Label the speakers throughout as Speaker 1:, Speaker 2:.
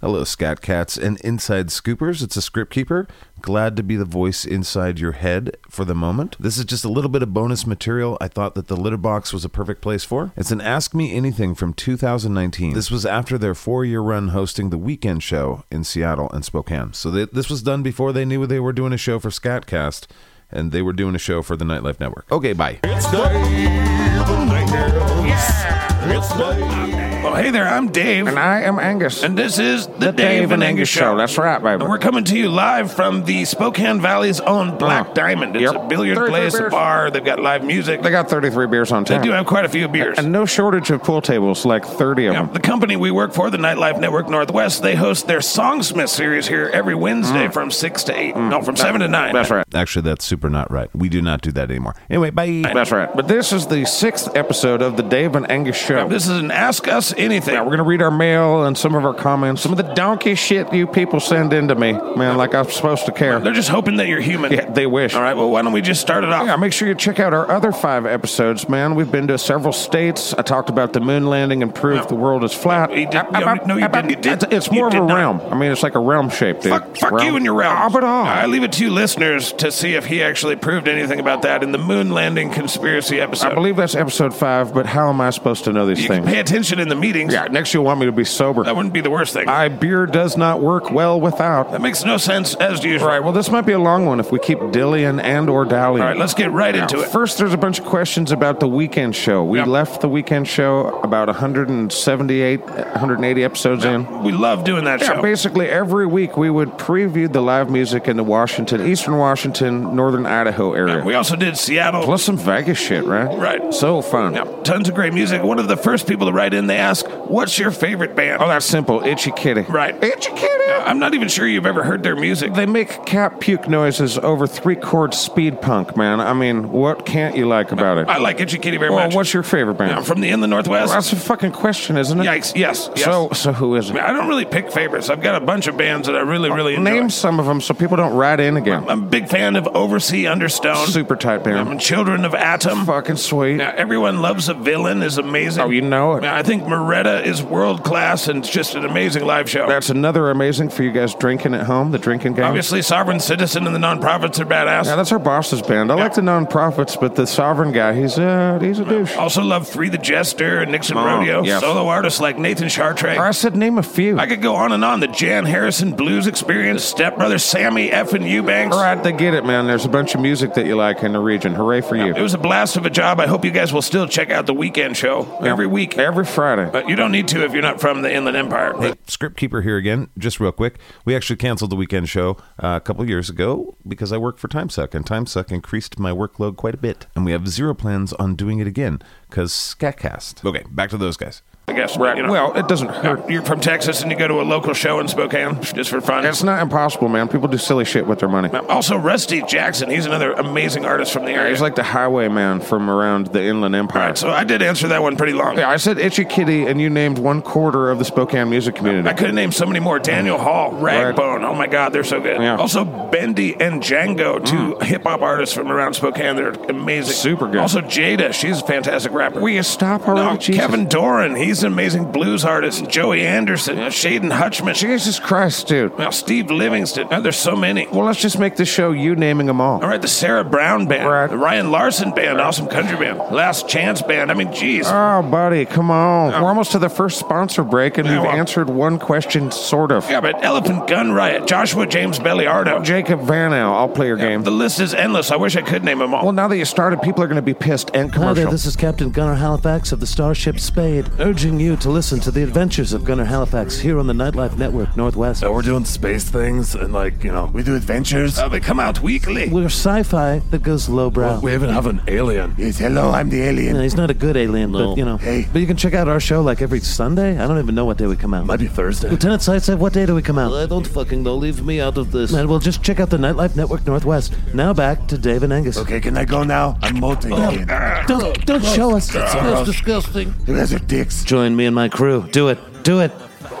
Speaker 1: Hello, Scat Cats and Inside Scoopers. It's a script keeper. Glad to be the voice inside your head for the moment. This is just a little bit of bonus material I thought that the litter box was a perfect place for. It's an Ask Me Anything from 2019. This was after their four year run hosting the weekend show in Seattle and Spokane. So they, this was done before they knew they were doing a show for Scatcast, and they were doing a show for the Nightlife Network. Okay, bye.
Speaker 2: Well, Oh, hey there, I'm Dave.
Speaker 3: And I am Angus.
Speaker 2: And this is the, Dave, and Angus Show.
Speaker 3: That's right, baby.
Speaker 2: And we're coming to you live from the Spokane Valley's own Black
Speaker 3: Oh.
Speaker 2: Diamond. It's
Speaker 3: Yep.
Speaker 2: a billiard
Speaker 3: Thursday
Speaker 2: place, a
Speaker 3: beers.
Speaker 2: bar. They've got live music.
Speaker 3: they got 33 beers on
Speaker 2: They
Speaker 3: tap.
Speaker 2: do have quite a few beers.
Speaker 3: And no shortage of pool tables, like 30 of
Speaker 2: Yeah,
Speaker 3: them.
Speaker 2: the company we work for, the Nightlife Network Northwest, they host their Songsmith series here every Wednesday from 6 to 8. No, from 7 to 9.
Speaker 3: Mm. That's right.
Speaker 1: Actually, that's super not right. We do not do that anymore. Anyway, bye.
Speaker 3: That's right. But this is the sixth episode of the Dave and Angus Show.
Speaker 2: This is an Ask Us Anything.
Speaker 3: We're gonna read our mail and some of our comments, some of the donkey shit you people send into me, man. Like I'm supposed to care.
Speaker 2: They're just hoping that you're human.
Speaker 3: Yeah, they wish.
Speaker 2: All right, well, why don't we just start it off?
Speaker 3: Yeah, make sure you check out our other five episodes, man. We've been to several states. I talked about the moon landing and proved the world is flat.
Speaker 2: You did- no, no, you didn't. You did-
Speaker 3: It's- It's
Speaker 2: you
Speaker 3: more of
Speaker 2: did
Speaker 3: a
Speaker 2: not.
Speaker 3: realm. I mean, it's like a realm shape, dude.
Speaker 2: Fuck, fuck
Speaker 3: Realm.
Speaker 2: you and your realm.
Speaker 3: Stop it all.
Speaker 2: I leave it to you listeners to see if he actually proved anything about that in the moon landing conspiracy episode.
Speaker 3: I believe that's episode five, but how am I supposed to know these
Speaker 2: you can
Speaker 3: things?
Speaker 2: pay attention in the meetings.
Speaker 3: yeah, next you'll want me to be sober.
Speaker 2: That wouldn't be the worst thing.
Speaker 3: I beer does not work well without.
Speaker 2: that makes no sense as usual.
Speaker 3: All right, well, this might be a long one if we keep dillying and or dallying.
Speaker 2: All right, let's get right into it.
Speaker 3: First, there's a bunch of questions about the weekend show. We
Speaker 2: Yep.
Speaker 3: left the weekend show about 178, 180 episodes in.
Speaker 2: We love doing that
Speaker 3: Yeah,
Speaker 2: show.
Speaker 3: basically every week we would preview the live music in the Washington, Eastern Washington, Northern Idaho area.
Speaker 2: We also did Seattle.
Speaker 3: Plus some Vegas shit, right?
Speaker 2: Right.
Speaker 3: So fun.
Speaker 2: Yeah, tons of great music. One of the first people to write in, they ask, "What's your favorite band?"
Speaker 3: Oh, that's simple. Itchy Kitty.
Speaker 2: Right.
Speaker 3: Itchy Kitty.
Speaker 2: I'm not even sure you've ever heard their music.
Speaker 3: They make cat puke noises over three chord speed punk, man. I mean, what can't you like about it?
Speaker 2: I like Itchy Kitty very
Speaker 3: well,
Speaker 2: much.
Speaker 3: what's your favorite band?
Speaker 2: I'm from the in the Northwest.
Speaker 3: that's a fucking question, isn't it?
Speaker 2: Yikes! Yes. yes.
Speaker 3: So, so who is
Speaker 2: I, mean,
Speaker 3: it?
Speaker 2: I don't really pick favorites. I've got a bunch of bands that I
Speaker 3: Uh,
Speaker 2: really, really enjoy.
Speaker 3: Name some of them so people don't write in again.
Speaker 2: I'm a big fan of Oversea Understone.
Speaker 3: Super tight
Speaker 2: I'm
Speaker 3: band.
Speaker 2: Children of Atom.
Speaker 3: Fucking sweet.
Speaker 2: Now, everyone loves a villain is amazing.
Speaker 3: Oh, you know it.
Speaker 2: Now, I think Moretta is world class and it's just an amazing live show.
Speaker 3: That's another amazing for you guys drinking at home. The drinking game.
Speaker 2: Obviously, Sovereign Citizen and the Nonprofits are badass.
Speaker 3: Yeah, that's our boss's band. I like the nonprofits, but the sovereign guy, he's a he's a douche.
Speaker 2: Also love Free the Jester and Nixon
Speaker 3: Oh,
Speaker 2: Rodeo.
Speaker 3: yes.
Speaker 2: Solo artists like Nathan Chartre.
Speaker 3: Or I said name a few.
Speaker 2: I could go on and on. The Jan Harrison Blues Experience, Step Brother Sammy F. and Eubanks.
Speaker 3: All right, they get it, man. There's a bunch of music that you like in the region. Hooray for you!
Speaker 2: It was a blast of a job. I hope you guys will still check out the weekend show every week.
Speaker 3: Every Friday.
Speaker 2: But you don't need to if you're not from the Inland Empire.
Speaker 1: Hey, script keeper here again, just real quick. We actually canceled the weekend show uh, a couple years ago because I work for TimeSuck, and TimeSuck increased my workload quite a bit. And we have zero plans on doing it again because Scatcast. Okay, back to those guys.
Speaker 2: I guess. you know.
Speaker 3: Well, it doesn't hurt.
Speaker 2: you're from Texas and you go to a local show in Spokane just for fun.
Speaker 3: It's not impossible, man. People do silly shit with their money.
Speaker 2: Also, Rusty Jackson. He's another amazing artist from the area.
Speaker 3: He's like the highwayman from around the Inland
Speaker 2: All
Speaker 3: Empire.
Speaker 2: right, so I did answer that one pretty long.
Speaker 3: Yeah, I said Itchy Kitty, and you named one quarter of the Spokane music
Speaker 2: I
Speaker 3: community.
Speaker 2: could have named so many more. Daniel Hall, Ragbone. Oh my God, they're so good.
Speaker 3: Yeah. Mm.
Speaker 2: Also, Bendy and Django, two hip hop artists from around Spokane. They're amazing.
Speaker 3: Super good.
Speaker 2: Also, Jada. She's a fantastic rapper.
Speaker 3: Will you stop
Speaker 4: Oh,
Speaker 3: already,
Speaker 2: No,
Speaker 3: Jesus?
Speaker 2: Oh, Kevin Doran. He's an amazing blues artist. Joey Anderson, uh, Shaden Hutchman.
Speaker 3: Jesus Christ, dude.
Speaker 2: now, Steve Livingston. Now, there's so many.
Speaker 3: Well, let's just make the show you naming them all.
Speaker 2: All right, the Sarah Brown band,
Speaker 3: Right.
Speaker 2: the Ryan Larson band, awesome country band, Last Chance band. I mean, geez.
Speaker 4: Uh,
Speaker 3: Oh, buddy, come on. We're almost to the first sponsor break, and
Speaker 2: Yeah,
Speaker 3: we've
Speaker 2: well-
Speaker 3: answered one question, sort of.
Speaker 2: yeah, but Elephant Gun Riot, Joshua James Belliardo.
Speaker 3: Jacob Van Al, I'll play your game.
Speaker 2: The list is endless. I wish I could name them all.
Speaker 3: Well, Oh, now that you started, people are going to be pissed and
Speaker 5: Hi there,
Speaker 3: commercial.
Speaker 5: this is Captain Gunnar Halifax of the Starship Spade, urging you to listen to the adventures of Gunnar Halifax here on the Nightlife Network Northwest.
Speaker 6: We're doing space things and like you know we do adventures.
Speaker 2: Uh, they come out weekly.
Speaker 5: We're sci-fi that goes lowbrow.
Speaker 6: we even have an alien.
Speaker 4: Yes, hello, I'm the alien.
Speaker 5: Yeah, he's not a good alien, but you know.
Speaker 4: Hey.
Speaker 5: But you can check out our show like every Sunday. I don't even know what day we come out.
Speaker 6: Might be Thursday.
Speaker 5: Lieutenant Sight said, "What day do we come out?" I don't fucking know. Leave me out of this. Man, well, just check out the Nightlife Network Northwest. Now back to Dave and Angus.
Speaker 4: Okay, can I go now? I'm molting
Speaker 2: Oh,
Speaker 4: again.
Speaker 2: uh,
Speaker 5: Don't don't show us. That's disgusting.
Speaker 4: You guys are dicks.
Speaker 5: Join me and my crew. Do it. Do it.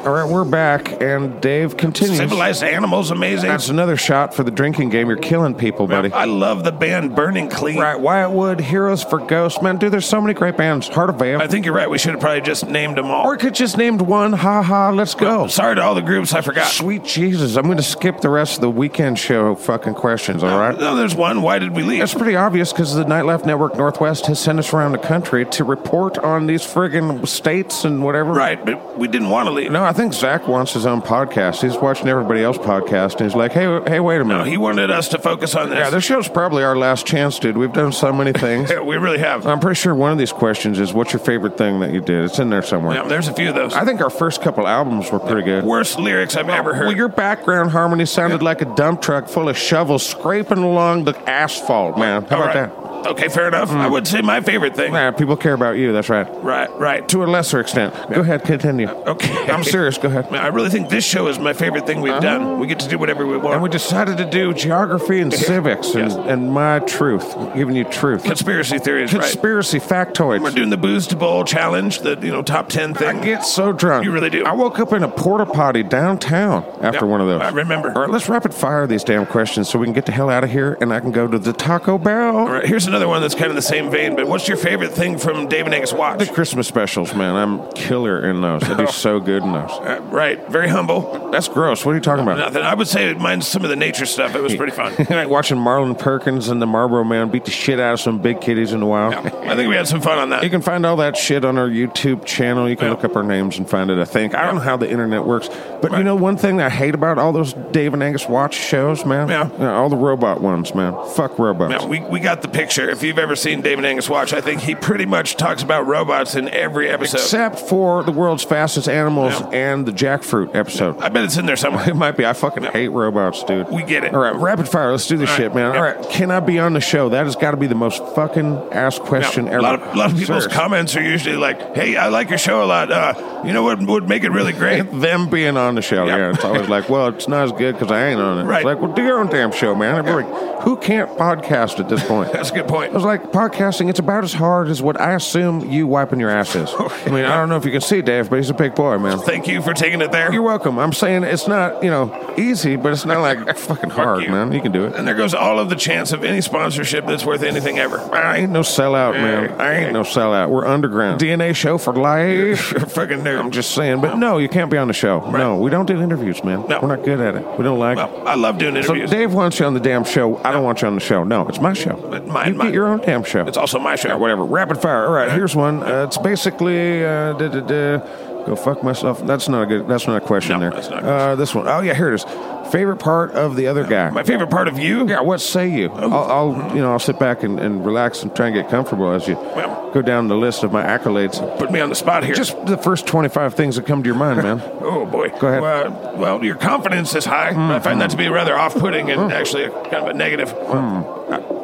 Speaker 3: All right, we're back, and Dave continues.
Speaker 2: Civilized animals, amazing.
Speaker 3: That's another shot for the drinking game. You're killing people, buddy.
Speaker 2: I love the band Burning Clean.
Speaker 3: Right, Wyatt Wood, Heroes for Ghosts. Man, dude, there's so many great bands. Heart of
Speaker 2: I
Speaker 3: Vamp.
Speaker 2: think you're right. We should have probably just named them all.
Speaker 3: Or could just named one. Ha ha, let's go.
Speaker 2: Sorry to all the groups I forgot.
Speaker 3: Sweet Jesus, I'm going to skip the rest of the weekend show fucking questions, all right?
Speaker 2: No, there's one. Why did we leave?
Speaker 3: It's pretty obvious because the Nightlife Network Northwest has sent us around the country to report on these friggin' states and whatever.
Speaker 2: Right, but we didn't want to leave.
Speaker 3: No, I think Zach wants his own podcast. He's watching everybody else's podcast, and he's like, hey, w- hey, wait a minute.
Speaker 2: He wanted us to focus on this.
Speaker 3: yeah, this show's probably our last chance, dude. We've done so many things.
Speaker 2: Yeah, we really have.
Speaker 3: I'm pretty sure one of these questions is, what's your favorite thing that you did? It's in there somewhere.
Speaker 2: Yeah, there's a few of those.
Speaker 3: I think our first couple albums were pretty good.
Speaker 2: Worst lyrics I've ever heard.
Speaker 3: Well, your background harmony sounded like a dump truck full of shovels scraping along the asphalt, man. How
Speaker 2: All
Speaker 3: about
Speaker 2: right. Okay, fair enough. I would say my favorite thing.
Speaker 3: that? Yeah, people care about you. That's right.
Speaker 2: Right, right.
Speaker 3: To a lesser extent. Go ahead, continue.
Speaker 2: Okay.
Speaker 3: I'm serious. Go ahead.
Speaker 2: Man, I really think this show is my favorite thing we've done. We get to do whatever we want.
Speaker 3: Oh. And we decided to do geography and civics and,
Speaker 2: Yes.
Speaker 3: and my truth, giving you truth.
Speaker 2: Conspiracy theories, right?
Speaker 3: Conspiracy
Speaker 2: We're
Speaker 3: factoids.
Speaker 2: doing the booze to bowl challenge, the you know top ten
Speaker 3: I
Speaker 2: thing.
Speaker 3: get so drunk.
Speaker 2: You really do.
Speaker 3: I woke up in a porta potty downtown after
Speaker 2: Yep,
Speaker 3: one of those.
Speaker 2: I remember.
Speaker 3: All right, let's rapid fire these damn questions so we can get the hell out of here and I can go to the Taco Bell.
Speaker 2: All right, here's another one that's kind of the same vein. But what's your favorite thing from David Angus
Speaker 3: The
Speaker 2: Watch?
Speaker 3: Christmas specials, man. I'm killer in those. I do so good in those.
Speaker 2: Uh, right, very humble.
Speaker 3: That's gross. What are you talking about?
Speaker 2: Nothing. I would say mine's some of the nature stuff. It was pretty fun.
Speaker 3: like watching Marlon Perkins and the Marlboro Man beat the shit out of some big kitties in the wild.
Speaker 2: I think we had some fun on
Speaker 3: You
Speaker 2: that.
Speaker 3: can find all that shit on our YouTube channel. You can look up our names and find it, I think. I don't know how the internet works. But you know one thing I hate about all those Dave and Angus watch shows, man?
Speaker 2: Yeah.
Speaker 3: all the robot ones, man. Fuck robots.
Speaker 2: Now, we, we got the picture. If you've ever seen David Angus Watch, I think he pretty much talks about robots in every episode.
Speaker 3: Except for the world's fastest animals and the jackfruit episode.
Speaker 2: I bet it's in there somewhere.
Speaker 3: It might be. I fucking hate robots, dude.
Speaker 2: We get it.
Speaker 3: All right, rapid fire. Let's do this
Speaker 2: All right,
Speaker 3: shit, man.
Speaker 2: yeah.
Speaker 3: All right, can I be on the show? That has got to be the most fucking ass question
Speaker 2: Yeah,
Speaker 3: ever.
Speaker 2: A lot of, a lot of people's
Speaker 3: Serious.
Speaker 2: comments are usually like, "Hey, I like your show a lot. Uh, you know what would make it really great?
Speaker 3: Them being on the show, yeah.
Speaker 2: Yeah.
Speaker 3: It's always like, well, it's not as good because I ain't on it. It's
Speaker 2: Right.
Speaker 3: like, well, do your own damn show, man. Every week. Who can't podcast at this point?
Speaker 2: That's a good point."
Speaker 3: I was like, podcasting, it's about as hard as what I assume you wiping your ass is. I mean, I don't know if you can see Dave, but he's a big boy, man.
Speaker 2: Thank you for taking it there.
Speaker 3: You're welcome. I'm saying it's not, you know, easy, but it's not like fucking hard,
Speaker 2: you.
Speaker 3: man. You can do it.
Speaker 2: And there goes all of the chance of any sponsorship that's worth anything ever.
Speaker 3: I ain't no sellout, man. I ain't no sellout. We're underground. DNA show for life.
Speaker 2: You're a fucking nerd.
Speaker 3: I'm just saying, but no, you can't be on the show. No, we don't do interviews, man.
Speaker 2: No.
Speaker 3: We're not good at it. We don't like it.
Speaker 2: Well, I love doing
Speaker 3: So
Speaker 2: interviews.
Speaker 3: Dave wants you on the damn show. I don't want you on the show. No, it's my show.
Speaker 2: But mine-
Speaker 3: you
Speaker 2: mine.
Speaker 3: get your own damn show.
Speaker 2: it's also my show.
Speaker 3: whatever. Rapid fire. All right, here's one. Uh, it's basically uh, da, da, da, go fuck myself. That's not a good. That's not a question
Speaker 2: No,
Speaker 3: there.
Speaker 2: that's not a
Speaker 3: uh, this one. Oh yeah, here it is. Favorite part of the other guy.
Speaker 2: My Oh. favorite part of you?
Speaker 3: Yeah, what say you? I'll, I'll you know I'll sit back and, and relax and try and get comfortable as you
Speaker 2: Well-
Speaker 3: go down the list of my accolades.
Speaker 2: Put me on the spot here.
Speaker 3: Just the first twenty five things that come to your mind, man.
Speaker 2: oh boy.
Speaker 3: Go ahead.
Speaker 2: Well, well, your confidence is high. I find that to be rather off-putting
Speaker 3: Mm.
Speaker 2: and actually a, kind of a negative.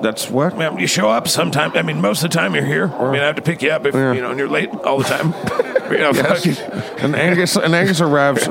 Speaker 3: That's what.
Speaker 2: Well, you show up sometime. I mean, most of the time you're here. I mean, I have to pick you up if you know, and you're late all the time. you know, fucking-
Speaker 3: and Angus and Angus arrives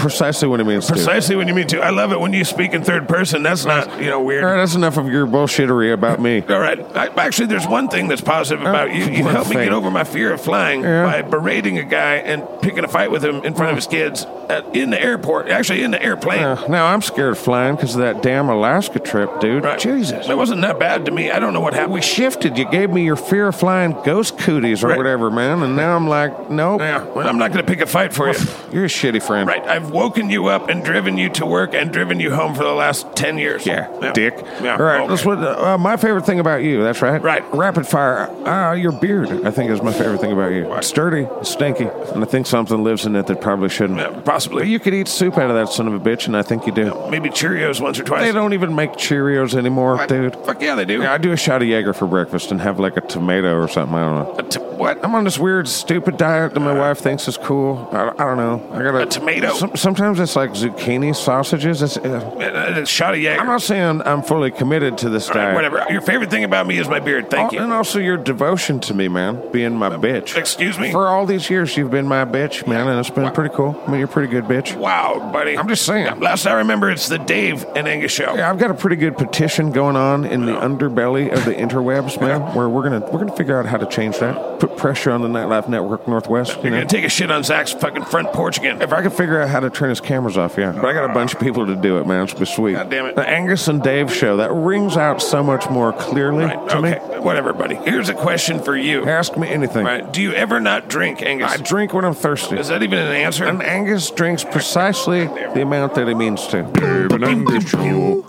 Speaker 3: precisely when it means to.
Speaker 2: precisely when you mean to. I love it when you speak in third person. That's not you know weird.
Speaker 3: All right, that's enough of your bullshittery about me.
Speaker 2: All right. I, actually, there's one thing that's positive about you. You
Speaker 3: Uh, one
Speaker 2: helped me
Speaker 3: thing.
Speaker 2: get over my fear of flying
Speaker 3: Yeah.
Speaker 2: by berating a guy and picking a fight with him in front of his kids at, in the airport. Actually, in the airplane.
Speaker 3: Uh, now I'm scared of flying because of that damn Alaska trip, dude.
Speaker 2: Right.
Speaker 3: Jesus.
Speaker 2: It wasn't that bad to me. I don't know what happened.
Speaker 3: We shifted. You gave me your fear of flying ghost cooties or
Speaker 2: Right.
Speaker 3: whatever, man. And now I'm like, nope.
Speaker 2: Yeah, well, I'm not going to pick a fight for you.
Speaker 3: You're a shitty friend.
Speaker 2: Right. I've woken you up and driven you to work and driven you home for the last 10 years.
Speaker 3: Yeah, dick.
Speaker 2: Yeah.
Speaker 3: All right,
Speaker 2: okay.
Speaker 3: that's what uh, my favorite thing about you. That's right.
Speaker 2: Right.
Speaker 3: Rapid fire. Uh, your beard, I think, is my favorite thing about you. It's dirty, it's stinky, and I think something lives in it that probably shouldn't.
Speaker 2: Yeah, possibly.
Speaker 3: You could eat soup out of that son of a bitch, and I think you do.
Speaker 2: Maybe Cheerios once or twice.
Speaker 3: They don't even make Cheerios anymore, dude.
Speaker 2: Fuck yeah, they do.
Speaker 3: Yeah, I do a shot of Jaeger for breakfast and have like a tomato or something. I don't know.
Speaker 2: A t- what?
Speaker 3: I'm on this weird, stupid diet that my wife thinks is cool. I, I don't know. I got
Speaker 2: A tomato?
Speaker 3: sometimes it's like zucchini sausages. It's, uh,
Speaker 2: A shot of Jaeger.
Speaker 3: I'm not saying I'm fully committed to this
Speaker 2: All right,
Speaker 3: diet.
Speaker 2: whatever. Your favorite thing about me is my beard. Thank
Speaker 3: Al-
Speaker 2: you.
Speaker 3: And also your devotion to me, man, being my bitch.
Speaker 2: Excuse me?
Speaker 3: For all these years, you've been my bitch, man, and it's been pretty cool. I mean, you're a pretty good bitch.
Speaker 2: Wow, buddy.
Speaker 3: I'm just saying.
Speaker 2: Last I remember, it's the Dave and Angus show.
Speaker 3: Yeah, I've got a pretty good petition going on in the underbelly of the interwebs, man. Where we're gonna we're gonna figure out how to change that. Put pressure on the Nightlife Network Northwest. cameras. You
Speaker 2: You're
Speaker 3: know?
Speaker 2: gonna take a shit on Zach's fucking front porch again.
Speaker 3: If I could figure out how to turn his cameras off, yeah. But I got a bunch of people to do it, man. It's be sweet.
Speaker 2: God damn it.
Speaker 3: The Angus and Dave show that rings out so much more clearly
Speaker 2: Right,
Speaker 3: to
Speaker 2: okay,
Speaker 3: me.
Speaker 2: whatever, buddy. Here's a question for you.
Speaker 3: Ask me anything.
Speaker 2: Right? Do you ever not drink, Angus?
Speaker 3: I drink when I'm thirsty.
Speaker 2: Is that even an answer?
Speaker 3: And Angus drinks precisely the amount that he means to.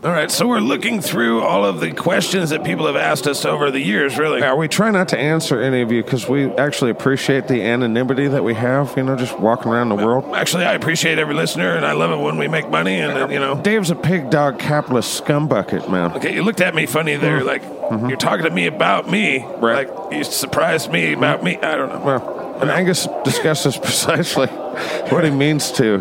Speaker 2: All right, so we're looking through all of the questions that people have asked us over the years, really.
Speaker 3: Now, we try not to answer any of you because we actually appreciate the anonymity that we have, you know, just walking around the world.
Speaker 2: Actually, I appreciate every listener, and I love it when we make money, and, uh, you know.
Speaker 3: Dave's a pig dog capitalist scumbucket, man.
Speaker 2: Okay, you looked at me funny there, like, you're talking to me about me.
Speaker 3: Mm-hmm. Right.
Speaker 2: Like, you surprised me about me. I don't know.
Speaker 3: Well, and Angus discusses precisely what he means to,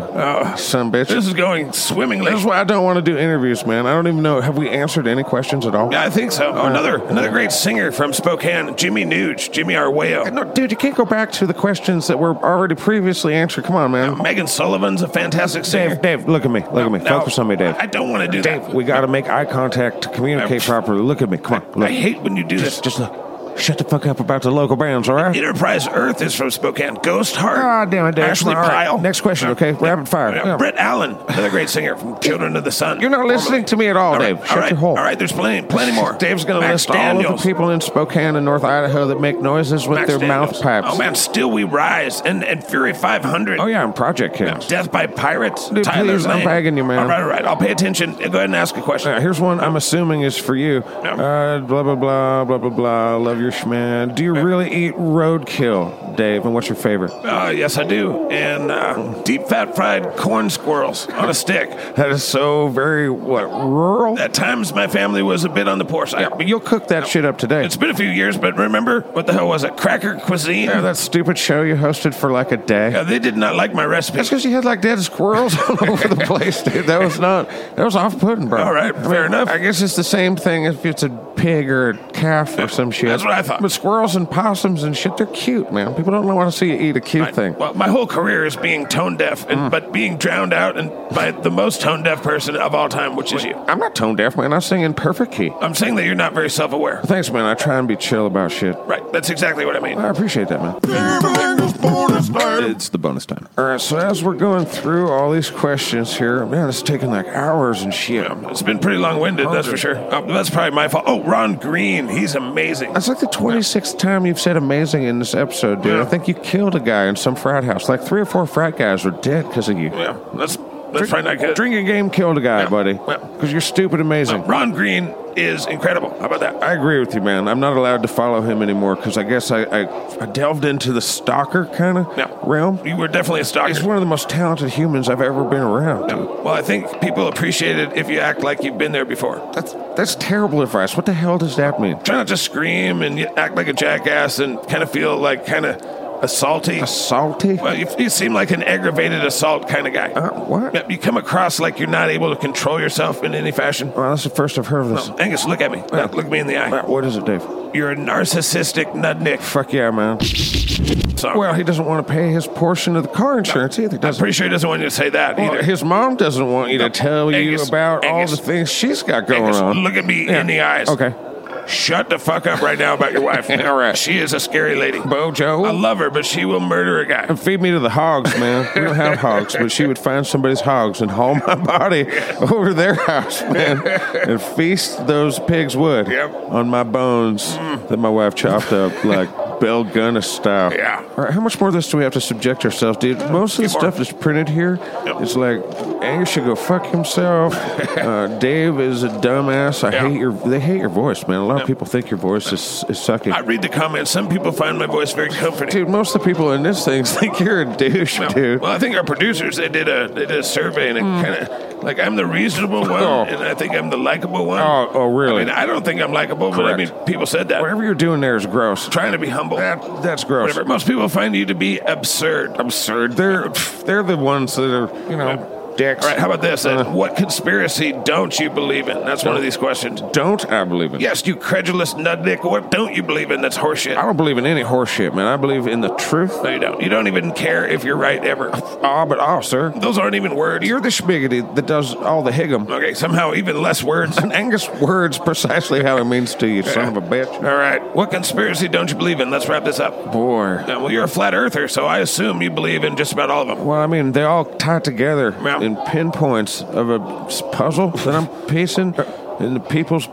Speaker 3: some bitch.
Speaker 2: Uh, This is going swimmingly.
Speaker 3: This is why I don't want to do interviews, man. I don't even know. Have we answered any questions at all?
Speaker 2: Yeah, I think so. Oh, another another great singer from Spokane, Jimmy Nuge, Jimmy Arguello.
Speaker 3: No, dude, you can't go back to the questions that were already previously answered. Come on, man.
Speaker 2: Megan Sullivan's a fantastic singer.
Speaker 3: Dave, Dave, look at me. Look at me.
Speaker 2: Now,
Speaker 3: Focus on me, Dave.
Speaker 2: I don't want to do that.
Speaker 3: We got to make eye contact to communicate
Speaker 2: I-
Speaker 3: properly. Look at me. Come on. Look.
Speaker 2: I hate when you do this.
Speaker 3: Just look. Shut the fuck up about the local bands, all right?
Speaker 2: Enterprise Earth is from Spokane. Ghost Heart.
Speaker 3: Ah, damn it, Dave.
Speaker 2: Ashley
Speaker 3: Come on, all right.
Speaker 2: Pyle.
Speaker 3: Next question, okay? Rapid fire.
Speaker 2: Yeah,
Speaker 3: Yeah.
Speaker 2: Brett Allen, another great singer from Children of the Sun.
Speaker 3: You're not listening to me at all,
Speaker 2: All right,
Speaker 3: Dave. Shut
Speaker 2: all right,
Speaker 3: your hole.
Speaker 2: All right, there's plenty, plenty more.
Speaker 3: Dave's going to
Speaker 2: Max
Speaker 3: list all of the people in Spokane and North Idaho that make noises with
Speaker 2: Max
Speaker 3: their
Speaker 2: Daniels.
Speaker 3: mouth pipes.
Speaker 2: Oh man, Still We Rise and, and Fury 500.
Speaker 3: Oh, yeah, and Project Kids.
Speaker 2: Death by Pirates.
Speaker 3: Dude,
Speaker 2: Tyler
Speaker 3: please, I'm
Speaker 2: Lane.
Speaker 3: begging you, man.
Speaker 2: All right, all right. I'll pay attention. Go ahead and ask a question.
Speaker 3: Uh, here's one I'm assuming is for you. Uh, blah, blah, blah, blah, blah, blah. Love your schman. Do you really eat roadkill, Dave? And what's your favorite?
Speaker 2: Uh, yes, I do. And uh, deep fat fried corn squirrels on a stick.
Speaker 3: That is so very, what, rural?
Speaker 2: At times, my family was a bit on the poor side.
Speaker 3: But you'll cook that shit up today.
Speaker 2: It's been a few years, but remember what the hell was it? Cracker cuisine.
Speaker 3: Yeah, that stupid show you hosted for like a day.
Speaker 2: Yeah, they did not like my recipe.
Speaker 3: That's because you had like dead squirrels all over the place, dude. That was not, that was off putting, bro.
Speaker 2: All right, fair enough.
Speaker 3: I guess it's the same thing if it's a pig or a calf or some shit.
Speaker 2: That's what I thought.
Speaker 3: But squirrels and possums and shit, they're cute, man. People don't want to see you Mm. eat a cute thing.
Speaker 2: Well, my whole career is being tone deaf, and, but being drowned out and by the most tone deaf person of all time, which is you.
Speaker 3: I'm not tone deaf, man. I sing in perfect key.
Speaker 2: I'm saying that you're not very self aware.
Speaker 3: Thanks, man. I try and be chill about shit.
Speaker 2: Right, that's exactly what I mean.
Speaker 3: I appreciate that, man. It's the bonus time. All right, so as we're going through all these questions here, man, it's taking like hours and shit.
Speaker 2: It's been pretty long winded, that's for sure. Oh, that's probably my fault. Oh, Ron Green, he's amazing.
Speaker 3: That's like the 26th time you've said amazing in this episode, dude. I think you killed a guy in some frat house. Like three or four frat guys were dead because of you.
Speaker 2: Yeah, that's, that's probably not good.
Speaker 3: Drinking game killed a guy,
Speaker 2: Yeah.
Speaker 3: buddy.
Speaker 2: Yeah.
Speaker 3: Because you're stupid amazing.
Speaker 2: Ron Green is incredible. How about that?
Speaker 3: I agree with you, man. I'm not allowed to follow him anymore because I guess I, I, I delved into the stalker kind of
Speaker 2: Yeah.
Speaker 3: realm.
Speaker 2: You were definitely a stalker.
Speaker 3: He's one of the most talented humans I've ever been around. dude.
Speaker 2: Well, I think people appreciate it if you act like you've been there before.
Speaker 3: That's that's terrible advice. What the hell does that mean?
Speaker 2: Try not to scream and y- act like a jackass and kind of feel like kind of assaulty.
Speaker 3: Salty?
Speaker 2: Well, you, you seem like an aggravated assault kind of guy.
Speaker 3: Uh, what?
Speaker 2: Yeah, You come across like you're not able to control yourself in any fashion.
Speaker 3: Well, that's the first I've heard of this. Uh,
Speaker 2: Angus, look at me. Look, look me in the eye.
Speaker 3: What is it, Dave?
Speaker 2: You're a narcissistic nutnik.
Speaker 3: Fuck yeah, man.
Speaker 2: Sorry.
Speaker 3: Well, he doesn't want to pay his portion of the car insurance either,
Speaker 2: I'm
Speaker 3: does he?
Speaker 2: pretty sure he doesn't want you to say that
Speaker 3: Well,
Speaker 2: either.
Speaker 3: his mom doesn't want you to tell
Speaker 2: Angus,
Speaker 3: you about
Speaker 2: Angus,
Speaker 3: all the things she's got going
Speaker 2: Angus,
Speaker 3: on.
Speaker 2: look at me
Speaker 3: Yeah.
Speaker 2: in the eyes.
Speaker 3: Okay.
Speaker 2: Shut the fuck up right now about your wife.
Speaker 3: All right.
Speaker 2: She is a scary lady. I
Speaker 3: Bojo.
Speaker 2: love her, but she will murder a guy.
Speaker 3: Feed me to the hogs, man. We don't have hogs, but she would find somebody's hogs and haul my body over their house, man, and feast those pigs would
Speaker 2: Yep. Mm.
Speaker 3: on my bones that my wife chopped up like Bell Gunna style.
Speaker 2: Yeah.
Speaker 3: All right, how much more of this do we have to subject ourselves, dude? Most of the
Speaker 2: Keep
Speaker 3: stuff
Speaker 2: on.
Speaker 3: that's printed here,
Speaker 2: Yep.
Speaker 3: it's like Angus should go fuck himself. uh, Dave is a dumbass. I
Speaker 2: Yeah.
Speaker 3: hate your. They hate your voice, man. A lot of people think your voice is is sucky.
Speaker 2: I read the comments. Some people find my voice very comforting.
Speaker 3: Dude, most of the people in this thing think you're a douche,
Speaker 2: Well,
Speaker 3: dude. Mm.
Speaker 2: well, I think our producers they did a they did a survey and it kind of like I'm the reasonable one
Speaker 3: Oh.
Speaker 2: and I think I'm the likable one.
Speaker 3: Oh, oh, really?
Speaker 2: I mean, I don't think I'm likable, but I mean,
Speaker 3: Correct.
Speaker 2: people said that.
Speaker 3: Whatever you're doing there is gross.
Speaker 2: Trying to be humble.
Speaker 3: That, that's gross.
Speaker 2: Whatever. Most people find you to be absurd. Absurd.
Speaker 3: They're they're the ones that are you know dicks.
Speaker 2: All right, how about this? then? what conspiracy don't you believe in? That's one of these questions.
Speaker 3: Don't I believe in?
Speaker 2: Yes, you credulous nutdick. What don't you believe in? That's horseshit.
Speaker 3: I don't believe in any horseshit, man. I believe in the truth.
Speaker 2: No, you don't. You don't even care if you're right ever.
Speaker 3: Ah, but ah, sir,
Speaker 2: Those aren't even words.
Speaker 3: you're the schmiggity that does all the higgum.
Speaker 2: okay. Somehow, even less words.
Speaker 3: And Angus words precisely how it means to you, son of a bitch.
Speaker 2: All right. What conspiracy don't you believe in? Let's wrap this up. Uh,
Speaker 3: Boy.
Speaker 2: well, you're a flat earther, so I assume you believe in just about all of them.
Speaker 3: Well, I mean, they're all tied together
Speaker 2: Yeah.
Speaker 3: in pinpoints of a s- puzzle that I'm piecing in the people's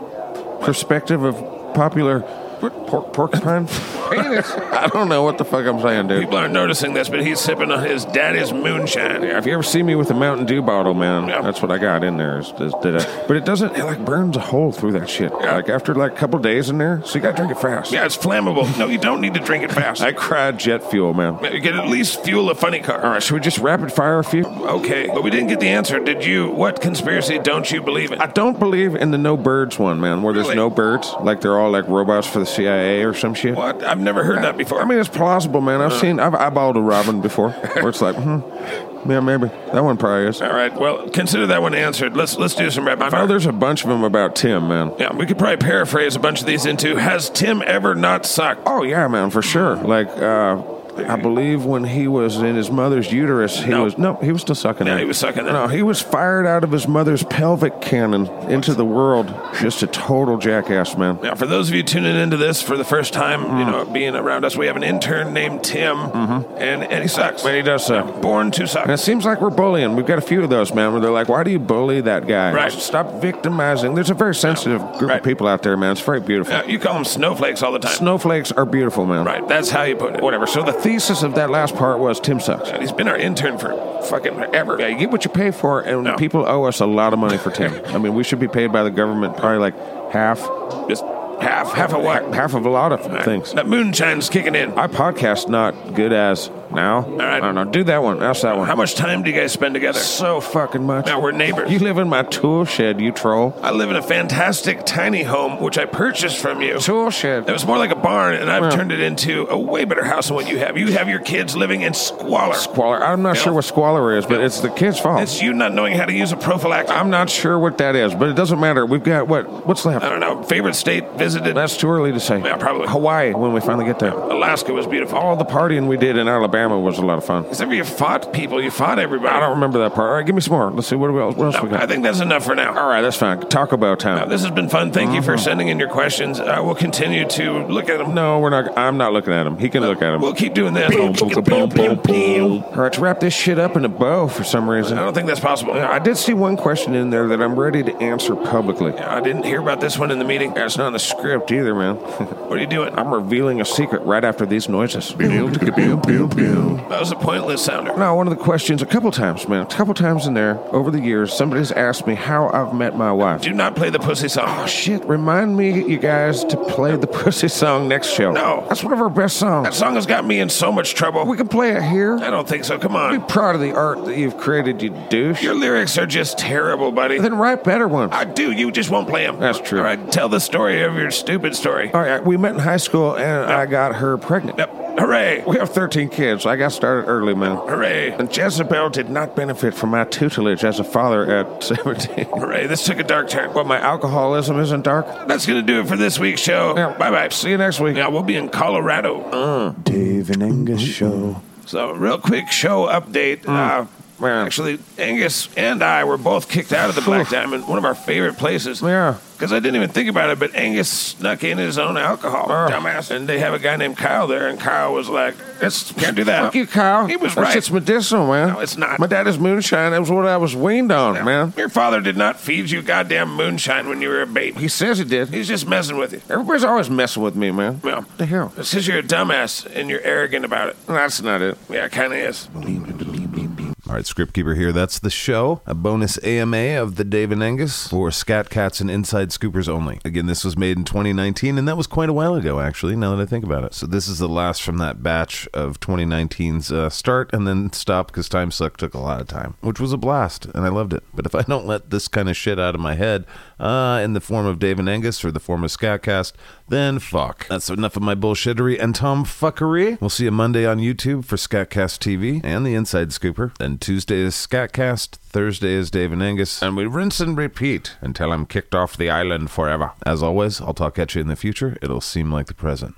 Speaker 3: perspective of popular por- porcupine. I don't know what the fuck I'm saying, dude.
Speaker 2: People aren't noticing this, but he's sipping on his daddy's moonshine.
Speaker 3: If you ever see me with a Mountain Dew bottle, man,
Speaker 2: Yeah.
Speaker 3: that's what I got in there. Is, is, did I, but it doesn't. It like burns a hole through that shit. Like after like a couple days in there, so you gotta drink it fast.
Speaker 2: Yeah, it's flammable. No, you don't need to drink it fast.
Speaker 3: I cried jet fuel, man.
Speaker 2: You can at least fuel a funny car. All right,
Speaker 3: Should we just rapid fire a few?
Speaker 2: Okay, but we didn't get the answer. Did you? What conspiracy don't you believe in?
Speaker 3: I don't believe in the no birds one, man, where
Speaker 2: Really?
Speaker 3: there's no birds. Like they're all like robots for the CIA or some shit.
Speaker 2: What? Uh. I've never heard that before.
Speaker 3: I mean, it's plausible, man. I've seen, I've eyeballed a robin before where it's like, hmm, yeah, maybe. That one probably is.
Speaker 2: all right. Well, consider that one answered. Let's let's do some rapid
Speaker 3: Oh,
Speaker 2: fire.
Speaker 3: there's a bunch of them about Tim, man.
Speaker 2: Yeah, we could probably paraphrase a bunch of these into Has Tim ever not sucked?
Speaker 3: Oh, yeah, man, for sure. Like, uh, I believe when he was in his mother's uterus, he
Speaker 2: No.
Speaker 3: was, no, he was still sucking
Speaker 2: Yeah,
Speaker 3: it.
Speaker 2: he was sucking it.
Speaker 3: No, he was fired out of his mother's pelvic cannon into the world. Just a total jackass, man.
Speaker 2: Now, for those of you tuning into this for the first time, you
Speaker 3: Hmm.
Speaker 2: know, being around us, we have an intern named Tim,
Speaker 3: Mm-hmm.
Speaker 2: and, and he uh, sucks.
Speaker 3: But he does suck.
Speaker 2: Born to suck.
Speaker 3: And it seems like we're bullying. We've got a few of those, man, where they're like, why do you bully that guy?
Speaker 2: Right.
Speaker 3: Stop victimizing. There's a very sensitive group
Speaker 2: Right.
Speaker 3: of people out there, man. It's very beautiful.
Speaker 2: Yeah, you call them snowflakes all the time.
Speaker 3: Snowflakes are beautiful, man.
Speaker 2: right, that's how you put it. Whatever. So the
Speaker 3: The thesis of that last part was Tim sucks.
Speaker 2: he's been our intern for fucking forever.
Speaker 3: Yeah, you get what you pay for, and
Speaker 2: No.
Speaker 3: people owe us a lot of money for Tim. I mean, we should be paid by the government probably like half,
Speaker 2: Just half, half a what?
Speaker 3: half of a lot of things.
Speaker 2: That moonshine's kicking in.
Speaker 3: I podcast not good as now.
Speaker 2: right.
Speaker 3: I don't know. Do that one. That's that one.
Speaker 2: How much time do you guys spend together?
Speaker 3: so fucking much.
Speaker 2: Now we're neighbors.
Speaker 3: You live in my tool shed, you troll.
Speaker 2: I live in a fantastic tiny home which I purchased from you.
Speaker 3: Tool shed.
Speaker 2: It was more like a barn, and I've turned it into a way better house than what you have. You have your kids living in squalor.
Speaker 3: Squalor. I'm not
Speaker 2: Yeah.
Speaker 3: sure what squalor is, but it's the kid's fault.
Speaker 2: It's you not knowing how to use a prophylactic.
Speaker 3: I'm not sure what that is, but it doesn't matter. We've got what? What's
Speaker 2: I
Speaker 3: left?
Speaker 2: don't know. Favorite state visited?
Speaker 3: That's too early to say.
Speaker 2: Yeah, probably.
Speaker 3: Hawaii when we finally get there.
Speaker 2: Alaska was beautiful.
Speaker 3: All the partying we did in Alabama was a lot of fun.
Speaker 2: Except you fought people. You fought everybody.
Speaker 3: I don't remember that part. All right, give me some more. Let's see what, do we, what else we
Speaker 2: I
Speaker 3: got.
Speaker 2: think that's enough for now.
Speaker 3: All right, Uh-huh. that's fine. Taco Bell
Speaker 2: Uh,
Speaker 3: time.
Speaker 2: This has been fun. Thank you for sending in your questions. I will continue to look at them.
Speaker 3: No, we're not. I'm not looking at him. He can look at him.
Speaker 2: We'll
Speaker 3: All
Speaker 2: keep doing this. I
Speaker 3: right, to wrap this shit up in a bow for some reason.
Speaker 2: don't think that's possible.
Speaker 3: I did see one question in there that I'm ready to answer publicly.
Speaker 2: I didn't hear about this one in the meeting.
Speaker 3: It's not in the script either, man.
Speaker 2: What are you doing?
Speaker 3: I'm revealing a secret right after these noises.
Speaker 2: That was a pointless sounder.
Speaker 3: No, one of the questions a couple times, man, a couple times in there over the years, somebody's asked me how I've met my wife.
Speaker 2: Do not play the pussy song.
Speaker 3: Oh, shit, remind me, you guys, to play the pussy song next show.
Speaker 2: No.
Speaker 3: That's one of our best songs.
Speaker 2: That song has got me in so much trouble.
Speaker 3: we can play it here.
Speaker 2: I don't think so. Come
Speaker 3: Be
Speaker 2: on.
Speaker 3: proud of the art that you've created, you douche.
Speaker 2: Your lyrics are just terrible, buddy.
Speaker 3: then write better ones.
Speaker 2: I do. You just won't play them.
Speaker 3: That's true.
Speaker 2: All right. Tell the story of your stupid story.
Speaker 3: All right, we met in high school and I got her pregnant.
Speaker 2: Yep. Hooray.
Speaker 3: We have 13 kids. I got started early, man.
Speaker 2: Hooray.
Speaker 3: And Jezebel did not benefit from my tutelage as a father at 17.
Speaker 2: Hooray. This took a dark turn.
Speaker 3: But my alcoholism isn't dark.
Speaker 2: That's going to do it for this week's show.
Speaker 3: Yeah.
Speaker 2: Bye bye.
Speaker 3: See you next week.
Speaker 2: Yeah, we'll be in Colorado.
Speaker 4: Mm. Dave and Angus show.
Speaker 2: So, real quick show
Speaker 3: Mm.
Speaker 2: update. Uh,
Speaker 3: Man.
Speaker 2: Actually, Angus and I were both kicked out of the Black Diamond, one of our favorite places.
Speaker 3: Yeah.
Speaker 2: Because I didn't even think about it, but Angus snuck in his own alcohol, dumbass. And they have a guy named Kyle there, and Kyle was like, "That's can't do that."
Speaker 3: Fuck you, Kyle.
Speaker 2: He was
Speaker 3: that
Speaker 2: right.
Speaker 3: shit's medicinal, man.
Speaker 2: No, it's not.
Speaker 3: My daddy's moonshine. That was what I was weaned on, man.
Speaker 2: Your father did not feed you goddamn moonshine when you were a baby.
Speaker 3: He says he did.
Speaker 2: He's just messing with you.
Speaker 3: Everybody's always messing with me, man.
Speaker 2: Well,
Speaker 3: the hell?
Speaker 2: It's just you're a dumbass and you're arrogant about it.
Speaker 3: That's not it.
Speaker 2: Yeah, it kind of is.
Speaker 1: All right, Scriptkeeper here. That's the show. A bonus AMA of the Dave and Angus for Scat Cats and Inside Scoopers only. Again, this was made in 2019, and that was quite a while ago, actually, now that I think about it. So this is the last from that batch of 2019's uh, start and then stop because Time Suck took a lot of time, which was a blast, and I loved it. But if I don't let this kind of shit out of my head uh, in the form of Dave and Angus or the form of Scatcast, then fuck. That's enough of my bullshittery and tomfuckery. We'll see you Monday on YouTube for Scatcast TV and the Inside Scooper. Then Tuesday is Scatcast, Thursday is Dave and Angus, and we rinse and repeat until I'm kicked off the island forever. As always, I'll talk at you in the future. It'll seem like the present.